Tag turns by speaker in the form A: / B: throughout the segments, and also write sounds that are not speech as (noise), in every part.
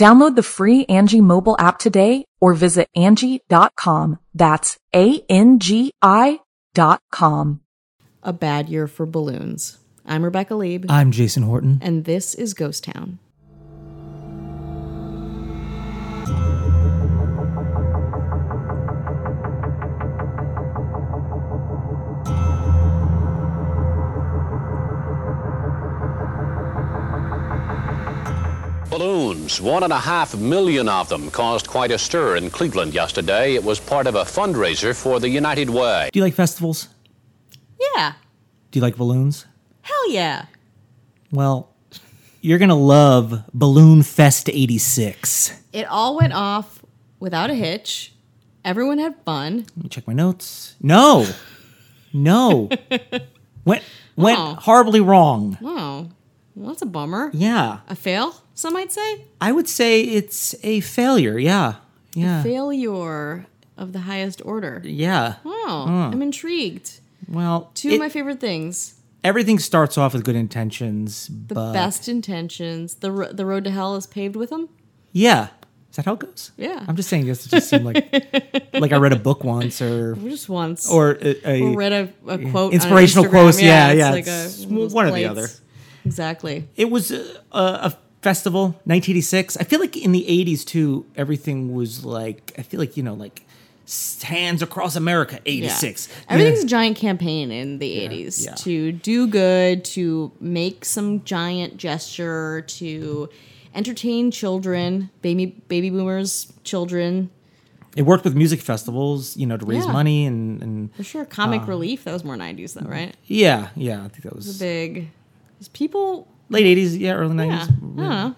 A: Download the free Angie mobile app today or visit Angie.com. That's A-N-G-I dot com.
B: A Bad Year for Balloons. I'm Rebecca Lieb,
C: I'm Jason Horton.
B: and this is Ghost Town.
D: Balloons, one and a half million of them, caused quite a stir in Cleveland yesterday. It was part of a fundraiser for the United Way.
C: Do you like festivals?
B: Yeah.
C: Do you like balloons?
B: Hell yeah.
C: Well, you're going to love Balloon Fest 86.
B: It all went off without a hitch. Everyone had fun.
C: Let me check my notes. No.
B: (laughs)
C: No. went went
B: Oh.
C: horribly wrong.
B: Wow. Well, that's a bummer.
C: Yeah.
B: A fail, some might say.
C: I would say it's a failure. Yeah. Yeah.
B: Failure of the highest order.
C: yeah.
B: Wow. I'm intrigued.
C: Well,
B: Two
C: it-
B: of my favorite things
C: everything starts off with good intentions,
B: the
C: but
B: best intentions. The, ro- the road to hell is paved with them.
C: yeah. Is that how it goes?
B: Yeah.
C: I'm just saying this to just seem like like I read a book
B: (laughs)
C: once or
B: Just once.
C: or a, a-
B: Or read a, a quote. on
C: Inspirational
B: Instagram.
C: quotes, yeah, yeah,
B: It's
C: it's
B: like a, those
C: one or the
B: plates.
C: other.
B: Exactly.
C: it was a, a, a festival 1986 i feel like in the 80s too everything was like i feel like you know like s- hands across america 86
B: Yeah.
C: Yeah.
B: Everything's a giant campaign in the 80s
C: yeah.
B: to do good, to make some giant gesture, to entertain children, baby baby boomers, children.
C: it worked with music festivals you know to raise
B: Yeah.
C: money and and
B: For sure, comic
C: Uh,
B: relief. That was more 90s
C: mm-hmm.
B: though, right?
C: yeah yeah i think that was
B: Big. 'cause people,
C: late 80s yeah early 90s
B: yeah, I don't know.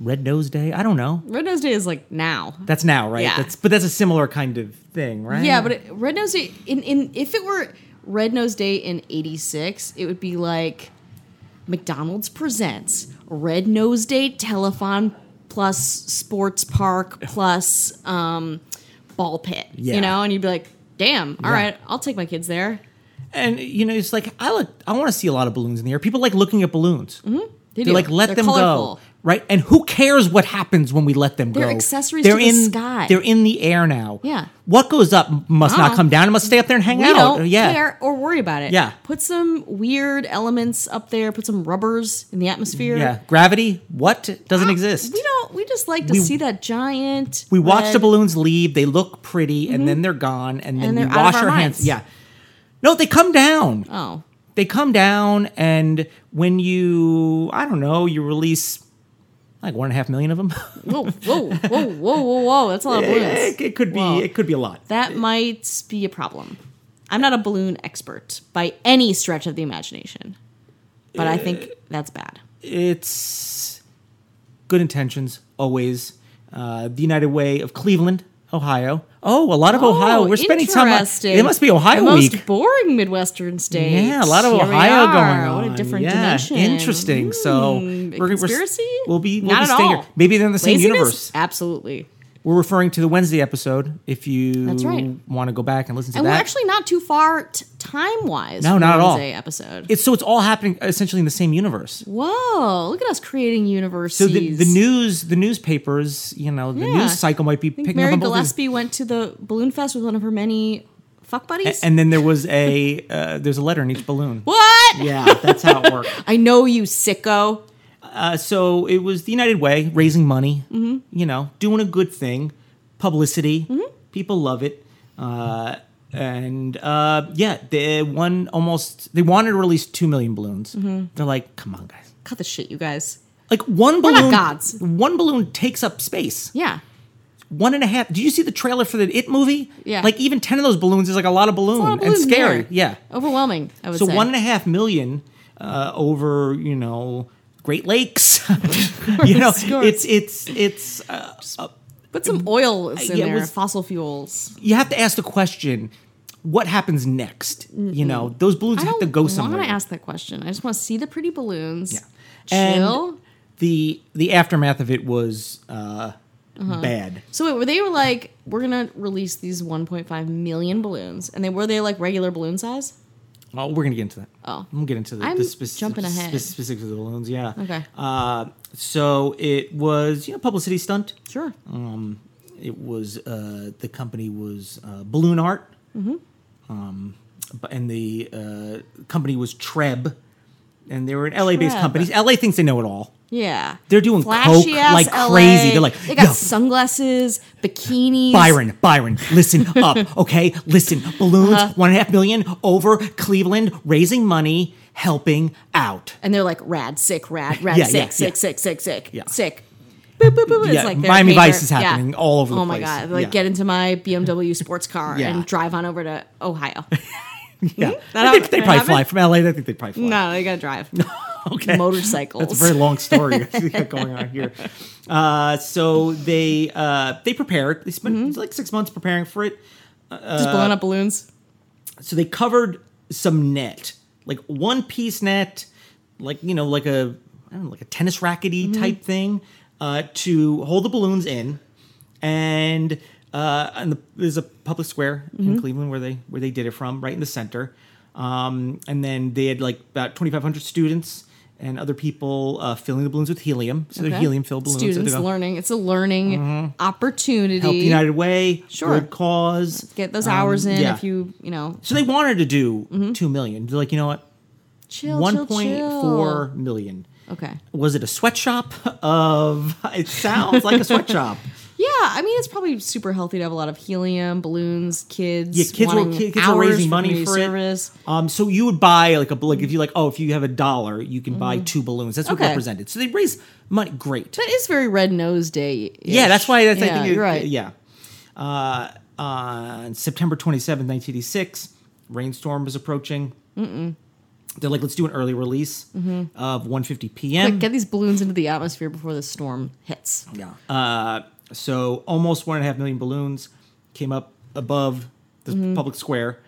C: red nose day i don't know
B: Red Nose Day is like now.
C: that's now right
B: Yeah.
C: that's but that's a similar kind of thing right
B: Yeah, but it, Red Nose Day in, in if it were Red Nose Day in '86, it would be like McDonald's presents Red Nose Day telethon plus sports park plus um, ball pit.
C: Yeah.
B: You know, and you'd be like, "Damn, all
C: Yeah.
B: right, I'll take my kids there."
C: and you know it's like i look i want to see a lot of balloons in the air people like looking at balloons mm-hmm.
B: They
C: They're
B: do.
C: like, let
B: They're
C: them
B: colorful.
C: go. Right? And who cares what happens when we let them
B: They're
C: go?
B: accessories
C: They're
B: to the
C: in,
B: sky.
C: They're in the air now.
B: Yeah.
C: What goes up m- must
B: Uh-uh.
C: not come down. It must stay up there and hang
B: We
C: out.
B: don't
C: yeah.
B: care or worry about it.
C: Yeah.
B: Put some weird elements up there. Put some rubbers in the atmosphere.
C: Yeah. Gravity, what? Doesn't exist.
B: Uh, We don't. We just like to
C: We-
B: see that giant.
C: We watch
B: red-
C: the balloons leave. They look pretty, and then they're gone, and then
B: Mm-hmm. And
C: we
B: they're out of
C: wash
B: our
C: our hands.
B: minds.
C: Yeah. No, they come down.
B: Oh,
C: they come down and when you i don't know you release like one and a half million of them (laughs)
B: whoa, whoa, whoa, whoa, whoa, whoa. That's a lot of balloons.
C: it, it could be
B: Wow.
C: it could be a lot
B: That might be a problem. I'm not a balloon expert by any stretch of the imagination, but I
C: Uh,
B: think that's bad.
C: it's good intentions always uh, the united way of cleveland ohio oh a lot of ohio we're spending time on
B: interesting.
C: it must be
B: the
C: ohio
B: most
C: week
B: boring Midwestern state.
C: yeah, a lot of
B: Here we
C: Ohio
B: are.
C: going on.
B: What a different
C: yeah.
B: dimension.
C: Interesting. so
B: Hmm, a
C: we're- we're-
B: conspiracy?
C: we'll be we'll
B: not
C: be
B: at
C: staying
B: all.
C: here. Maybe they're in the same
B: Laziness?
C: universe.
B: Absolutely.
C: We're referring to the Wednesday episode. If you
B: That's right.
C: want to go back and listen to
B: And
C: that,
B: we're actually not too far t- time wise.
C: No, not at all.
B: Episode.
C: it's so it's all happening essentially in the same universe.
B: Whoa! Look at us creating universes.
C: So the, the news, the newspapers, you know, the
B: Yeah.
C: news cycle might be
B: I
C: picking
B: think Mary
C: up on both these-
B: Gillespie went to the balloon fest with one of her many fuck buddies.
C: And then there was a uh, there's a letter in each balloon.
B: what?
C: Yeah, that's how it worked.
B: I know you, sicko.
C: Uh, so it was the United Way, raising money,
B: Mm-hmm.
C: you know, doing a good thing, publicity. People love it. Uh, and uh, yeah, they won almost. They wanted to release two million balloons.
B: Mm-hmm.
C: They're like, come on, guys.
B: Cut the shit, you guys.
C: Like one
B: We're not
C: balloon,
B: gods.
C: one balloon takes up space.
B: Yeah.
C: One and a half. Did you see the trailer for the It movie?
B: Yeah.
C: Like even ten of those balloons is like a lot of balloon
B: A lot of
C: and
B: balloons in the
C: scary.
B: air.
C: Yeah.
B: Overwhelming, I would
C: So
B: say.
C: one and a half million uh, over, you know, Great Lakes. (laughs) you know,
B: Of course.
C: it's it's it's. Uh,
B: Put some oils in
C: yeah, it
B: there,
C: was-
B: fossil fuels.
C: you have to ask the question: What happens next? You know, those balloons
B: I
C: have
B: don't
C: to go
B: want
C: somewhere.
B: to ask that question. I just want to see the pretty balloons.
C: And
B: Chill.
C: the the aftermath of it was uh,
B: Uh-huh.
C: bad.
B: so wait, were they were like, we're gonna release these 1.5 million balloons, and they were they like regular balloon size?
C: Oh, we're gonna get into that. Oh, we'll get into the,
B: I'm
C: the speci-
B: jumping ahead.
C: spe- specifics of the balloons. Yeah.
B: Okay.
C: Uh, so it was you know publicity stunt.
B: Sure.
C: It was uh, the company was uh, Balloon Art,
B: Mm-hmm.
C: um, bu- and the uh, company was Treb, and they were an LA-based
B: Treb.
C: company. LA thinks they know it all.
B: yeah.
C: They're doing coke
B: ass
C: like crazy. They're like,
B: they got
C: "Yo,
B: sunglasses, bikinis.
C: Byron, Byron,
B: (laughs)
C: listen up, okay? Listen, balloons,
B: Uh-huh.
C: one and a half million over Cleveland, raising money, helping out.
B: and they're like rad, sick, rad, rad,
C: Yeah,
B: sick,
C: yeah,
B: sick,
C: yeah.
B: sick, sick, sick,
C: Yeah.
B: sick. Boop, boop, boop. It's
C: Yeah,
B: like their
C: Miami Vice
B: favorite-
C: is happening all over the
B: oh my
C: place.
B: god! Like
C: Yeah.
B: get into my BMW sports car
C: (laughs) Yeah.
B: and drive on over to
C: (laughs)
B: Ohio.
C: Yeah,
B: Mm-hmm. That
C: they,
B: happened-
C: they
B: that
C: probably fly
B: happened?
C: from LA. I think they probably fly.
B: no, they gotta drive
C: (laughs) okay.
B: motorcycles.
C: That's a very long story (laughs) I think, going on here. Uh, so they uh, they prepared. They spent
B: Mm-hmm.
C: like six months preparing for it.
B: Just blowing up balloons.
C: so they covered some net, like one piece net, like you know, like a I don't know, like a tennis rackety
B: Mm-hmm.
C: type thing, uh, to hold the balloons in, and uh, and the, there's a public square
B: Mm-hmm.
C: in Cleveland where they where they did it from, right in the center, um, and then they had like about 2,500 students. And other people uh, filling the balloons with helium, so they're
B: Okay?
C: helium filled balloons. So
B: Students
C: they're going,
B: learning. It's a learning opportunity.
C: Mm-hmm. help the United Way,
B: Sure.
C: good cause.
B: Get those
C: Um,
B: hours in
C: yeah.
B: if you Mm-hmm. you know
C: So they wanted to do two million. They're like, you know what?
B: chill.
C: One
B: chill,
C: point four
B: chill.
C: million.
B: Okay.
C: Was it a sweatshop of? It sounds like a sweatshop.
B: (laughs) Yeah, I mean it's probably super healthy to have a lot of helium balloons, kids.
C: Yeah, kids were
B: wanting
C: kids
B: hours
C: were raising
B: for
C: money
B: community
C: for
B: service.
C: it. Um, so you would buy like a like if you like oh if you have a dollar you can buy two balloons. That's what
B: Mm-hmm. Okay.
C: represented. So they raise money. Great.
B: That is very red nose day.
C: yeah, that's why. That's I
B: Yeah,
C: think it-
B: you're right.
C: Yeah. Uh, on September twenty seventh, 1986, rainstorm was approaching. They're like, let's do an early release
B: Mm-hmm.
C: of 1:50 p.m.
B: Like, get these balloons into the atmosphere before the storm hits.
C: Yeah. Uh, so almost one and a half million balloons came up above the
B: Mm-hmm.
C: public square,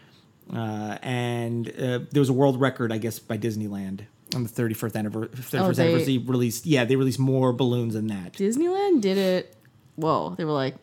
C: uh, and uh, there was a world record, I guess, by Disneyland on the 31st, anniver- 31st
B: Oh, they-
C: anniversary. Released, yeah, they released more balloons than that.
B: Disneyland did it. Whoa, they were like,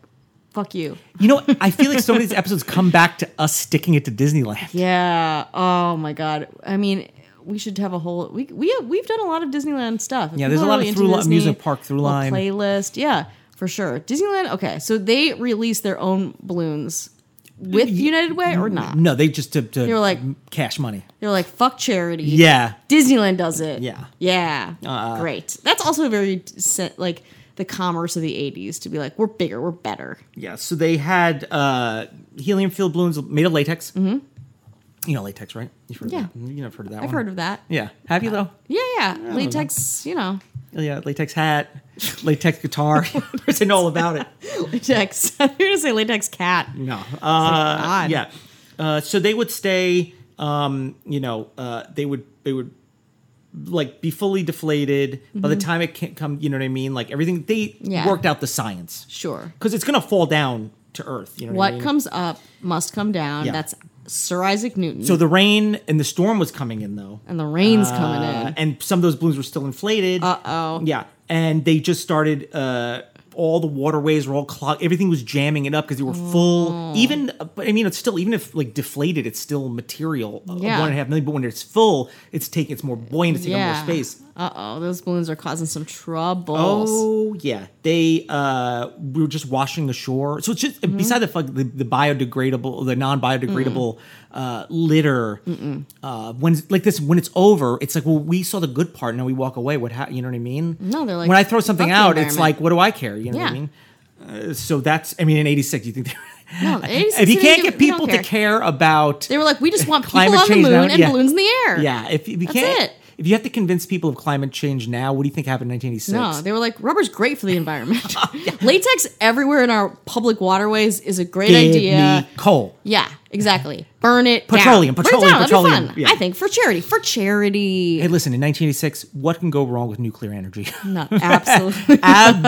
B: "Fuck you."
C: You know, I feel like so many of these episodes come back to us sticking it to Disneyland.
B: Yeah. Oh my god. I mean, we should have a whole. We we have, we've done a lot of Disneyland stuff. If
C: Yeah, there's
B: people
C: a
B: are
C: lot of
B: into
C: through li- music park through
B: little
C: line.
B: playlist. Yeah, for sure. Disneyland. Okay, so they released their own balloons with United Way or not?
C: No, they just to, to
B: were like-
C: cash money.
B: They're like, "Fuck charity."
C: Yeah.
B: Disneyland does it.
C: Yeah. Uh,
B: Yeah. Great. That's also very se- like the commerce of the 80s to be like, we're bigger, we're better.
C: Yeah, so they had uh, helium filled balloons made of latex. Mm-hmm. You know latex, right? You've heard
B: Yeah.
C: Of that. You never heard of that
B: I've
C: one.
B: heard of that.
C: Yeah. Have you though?
B: Yeah, yeah. Latex, you know,
C: Yeah, latex hat, latex guitar.
B: (laughs)
C: (laughs) They know all about it.
B: latex. (laughs) I was going to say latex cat.
C: No. Uh,
B: odd.
C: yeah. Uh, so they would stay. Um, you know, uh, they would they would like be fully deflated by the time it can't come. You know what I mean? Like everything they
B: Mm-hmm. Yeah.
C: worked out the science
B: Sure.
C: because it's gonna fall down to earth. You know what, I
B: What
C: mean?
B: comes up must come down.
C: Yeah.
B: That's Sir Isaac Newton.
C: So the rain and the storm was coming in though.
B: and the rain's coming
C: Uh,
B: in.
C: and some of those balloons were still inflated. Uh
B: Uh-oh.
C: Yeah, and they just started. Uh, all the waterways were all clogged. Everything was jamming it up because they were full.
B: Oh.
C: Even, but I mean, it's still even if like deflated, it's still material. uh,
B: Yeah.
C: one and a half million. But when it's full, it's taking it's more buoyant. It's taking up
B: Yeah.
C: more space.
B: Uh oh, those balloons are causing some troubles.
C: Oh yeah, they uh, we were just washing ashore. So it's just
B: Mm-hmm.
C: beside the, fuck- the the biodegradable, the non biodegradable uh, litter. Uh, when like this, when it's over, it's like well, we saw the good part, and now we walk away. What hap you know what I mean?
B: No, they're like,
C: when I throw
B: fuck
C: something
B: the
C: out, it's
B: environment.
C: like what do I care? You know
B: Yeah.
C: what I mean? Uh, so that's I mean in '86, you think they
B: No,
C: (laughs) if you can't get people to care about
B: They were like, we just want people
C: climate
B: on the
C: change
B: moon
C: now-
B: and
C: yeah.
B: balloons in the air.
C: yeah, if you we
B: That's
C: can't
B: it.
C: if you have to convince people of climate change now, what do you think happened in 1986?
B: No, they were like, rubber's great for the
C: (laughs)
B: environment. Latex everywhere in our public waterways is a great
C: Give
B: idea.
C: me coal.
B: Yeah, exactly. Burn it.
C: Petroleum,
B: down.
C: petroleum,
B: Burn it down. That'd be
C: petroleum.
B: fun.
C: Yeah.
B: I think for charity. For
C: (laughs)
B: charity.
C: Hey, listen, in 1986, what can go wrong with
B: (laughs)
C: nuclear energy?
B: No, absolutely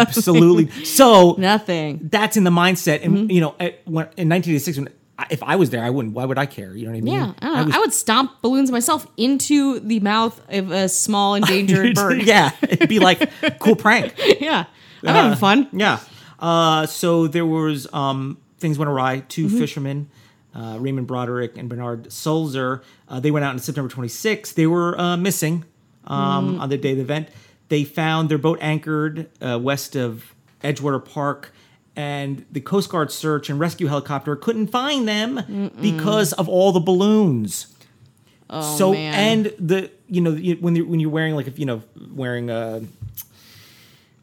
C: Absolutely. So
B: (laughs) nothing.
C: that's in the mindset, and
B: Mm-hmm.
C: you know, at, when, in 1986, when I- if I was there, I wouldn't. Why would I care? You know what I mean?
B: Yeah, I, don't know.
C: was-
B: I would stomp balloons myself into the mouth of a
C: (laughs)
B: small endangered bird. (laughs)
C: yeah, it'd be like cool prank.
B: yeah. I'm having fun.
C: Yeah. Uh, so there was um, things went awry. 2
B: Mm-hmm.
C: fishermen, uh, Raymond Broderick and Bernard Sulzer, uh, they went out on September 26th. They were uh, missing um,
B: Mm.
C: on the day of the event. They found their boat anchored uh, west of Edgewater Park. And the Coast Guard search and rescue helicopter couldn't find them because of all the balloons so
B: Oh, man.
C: and the you know you- when you're when you're wearing like if you know wearing a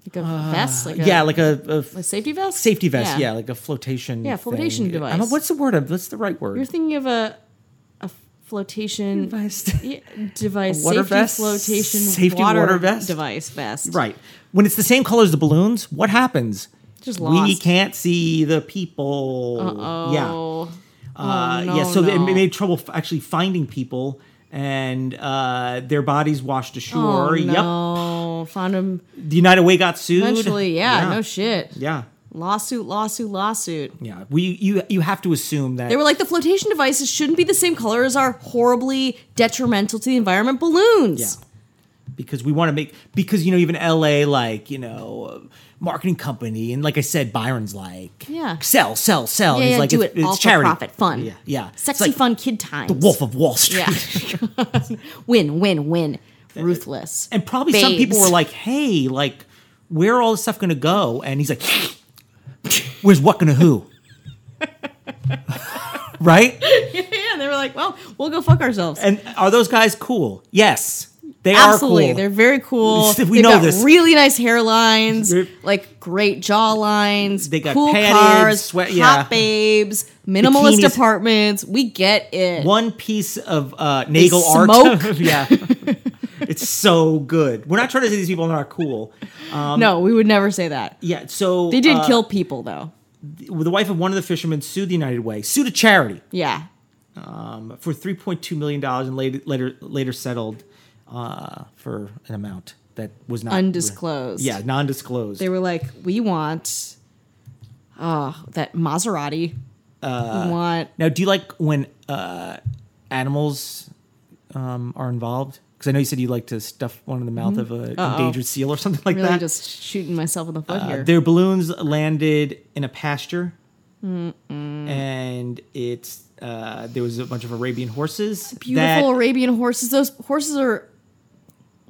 B: Like a vest. Like a,
C: uh, yeah like a, a
B: a safety vest.
C: safety vest yeah, like a flotation
B: Yeah, flotation
C: thing.
B: device.
C: I don't- what's the word of what's the right word
B: You're thinking of a a flotation
C: (laughs) Device.
B: Yeah, device,
C: A water
B: safety
C: vest?
B: flotation,
C: Safety
B: water,
C: water vest?
B: device vest.
C: right when it's the same color as the balloons what happens
B: Just
C: we
B: lost.
C: can't see the people
B: Oh.
C: yeah
B: Oh,
C: Uh,
B: no,
C: yeah, so it
B: no.
C: made trouble f- actually finding people, and uh, their bodies washed ashore.
B: Oh, no.
C: Yep,
B: Oh, Found him
C: the United Way got sued.
B: eventually. Yeah,
C: yeah.
B: no shit.
C: yeah,
B: Lawsuit, lawsuit, lawsuit.
C: yeah. We you you have to assume that
B: They were like, the flotation devices shouldn't be the same color as our horribly detrimental to the environment balloons.
C: Yeah. Because we want to make because you know even LA like you know uh, marketing company and like I said Byron's like
B: Yeah.
C: sell sell sell and
B: Yeah,
C: he's
B: yeah,
C: like
B: do
C: it's,
B: it
C: it's
B: all
C: charity
B: for profit, fun,
C: yeah yeah It's
B: sexy,
C: like
B: fun kid times.
C: the Wolf of Wall Street
B: Yeah. (laughs) win, win, win. Ruthless.
C: (laughs) and probably some people
B: Babes.
C: were like hey like where are all this stuff gonna go and he's like (laughs) where's what gonna who (laughs) right
B: (laughs) yeah, and they were like, well, we'll go fuck ourselves.
C: and are those guys cool yes they
B: Absolutely,
C: are cool
B: they're very cool.
C: We
B: They've
C: know
B: got
C: this.
B: Really nice hairlines,
C: They're-
B: like great jawlines.
C: They got
B: cool
C: padded,
B: cars,
C: sweat-
B: hot
C: yeah.
B: babes, minimalist
C: Bikinis.
B: apartments. We get it.
C: one piece of uh, Nagel
B: smoke.
C: art. (laughs) yeah.
B: (laughs)
C: It's so good. We're not trying to say these people are not cool.
B: no, we would never say that.
C: Yeah, so
B: They did
C: uh,
B: kill people though.
C: the wife of one of the fishermen sued the United Way, sued a charity
B: Yeah,
C: um, for three point two million dollars, and later later later settled uh, for an amount that was not
B: undisclosed.
C: Yeah, non-disclosed.
B: they were like, we want, oh, that Maserati.
C: Uh,
B: we want
C: now, do you like when uh, animals um, are involved? Because I know you said you like to stuff one in the mouth of an endangered seal or something like
B: Mm-hmm. really
C: that.
B: just shooting myself in the foot
C: Uh,
B: here.
C: Their balloons landed in a pasture, and it's uh, there was a bunch of Arabian horses. that-
B: Beautiful Arabian horses. Those horses are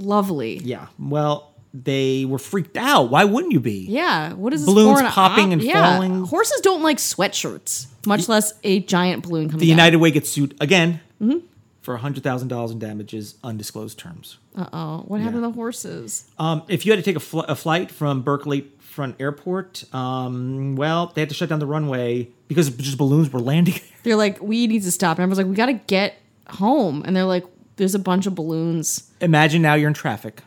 B: lovely.
C: yeah. Well, they were freaked out. Why wouldn't you be?
B: Yeah. What is
C: Balloons
B: this for?
C: popping and
B: yeah.
C: falling.
B: Horses don't like sweatshirts, much less a giant balloon coming.
C: The
B: down.
C: United Way gets sued again
B: Mm-hmm.
C: for hundred thousand dollars in damages, undisclosed terms.
B: Uh oh. What happened to the horses?
C: Um, if you had to take a, fl- a flight from Berkeley Front Airport, um, well, they had to shut down the runway because just balloons were landing.
B: They're like, we need to stop. And I was like, we got to get home. And they're like, there's a bunch of balloons.
C: Imagine now you're in traffic.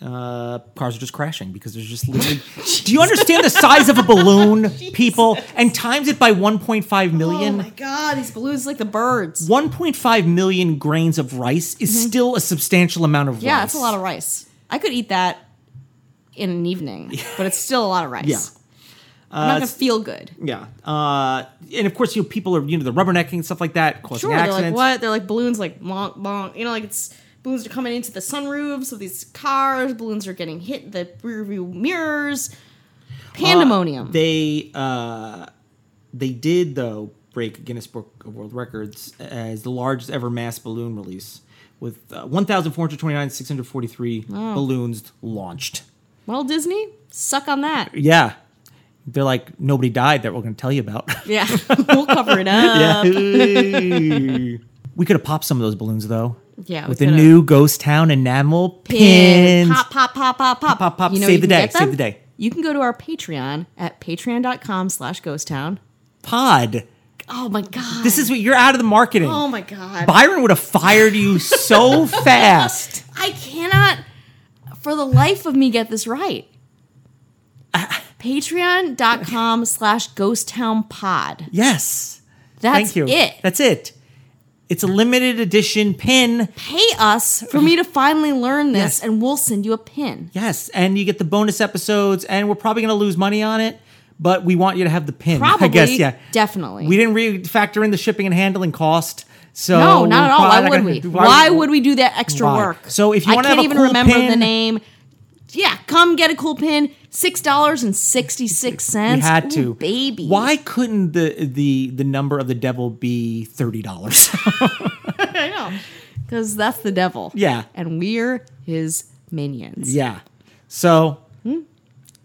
C: Uh, cars are just crashing because there's
B: (laughs)
C: just literally. Do you understand the size of a balloon, people? And times it by 1.5 million.
B: Oh god, these balloons like the birds.
C: 1.5 million grains of rice is still a substantial amount of rice.
B: Mm-hmm. Yeah, that's a lot of rice. I could eat that in an
C: (laughs)
B: evening, but it's still a lot of rice.
C: Yeah.
B: I'm not gonna feel good.
C: Uh, Yeah. Uh, and of course, you know, people are, you know, the rubbernecking and stuff like that, causing
B: Sure, they're like
C: accidents.
B: what? They're like balloons, like bonk bonk. You know, like it's balloons are coming into the sunroofs of these cars. Balloons are getting hit the rear view mirrors. Pandemonium.
C: They uh, they did though break Guinness Book of World Records as the largest ever mass balloon release with uh, 1,429,643 balloons launched.
B: well, Disney, suck on that.
C: Yeah. They're like nobody died that we're going to tell you about. (laughs)
B: Yeah, (laughs) we'll cover it up.
C: Yeah. (laughs) we could have popped some of those balloons though.
B: Yeah, we
C: With the
B: coulda.
C: new Ghost Town enamel
B: Pin,
C: pins.
B: pop, pop, pop, pop, pop,
C: Pop, pop,
B: You know
C: save
B: you
C: the
B: can
C: day,
B: get them?
C: save the day.
B: you can go to our Patreon at patreon.com slash ghost town.
C: Pod.
B: Oh my god.
C: This is what you're out of the marketing.
B: Oh my god.
C: Byron would have fired
B: (laughs)
C: you so fast.
B: I cannot for the life of me get this right. Patreon.com slash ghost town pod.
C: Yes.
B: That's
C: Thank you.
B: it.
C: That's it. It's a limited edition pin.
B: Pay us for me to finally learn this
C: Yes.
B: and we'll send you a pin.
C: Yes, and you get the bonus episodes, and we're probably going to lose money on it, but we want you to have the pin.
B: Probably.
C: I guess, yeah.
B: Definitely.
C: We didn't re- factor in the shipping and handling cost. So
B: no, not at all. Why would we? Why, would we do that extra
C: Why?
B: work?
C: So if you
B: I
C: wanna
B: can't
C: have a
B: even
C: cool
B: remember the
C: pin-
B: name, yeah, come get a cool pin. Six dollars and sixty six
C: We
B: cents.
C: had to,
B: baby.
C: Why couldn't the the the number of the devil be thirty dollars?
B: (laughs) I (laughs) know, because that's the devil.
C: Yeah.
B: and we're his minions.
C: yeah. So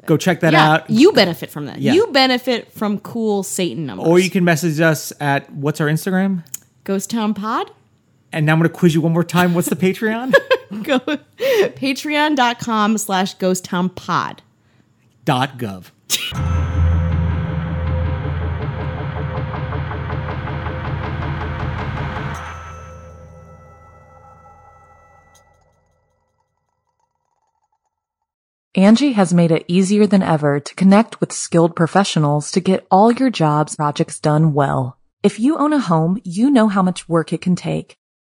C: go check that
B: Yeah,
C: out,
B: you benefit from that.
C: Yeah.
B: You benefit from cool Satan numbers.
C: or you can message us at what's our Instagram.
B: Ghost Town Pod. (laughs)
C: And now I'm going to quiz you one more time. What's the Patreon?
B: Go (laughs) patreon.com slash ghost town pod.
C: Dot gov.
A: Angie has made it easier than ever to connect with skilled professionals to get all your jobs projects done well. If you own a home, you know how much work it can take,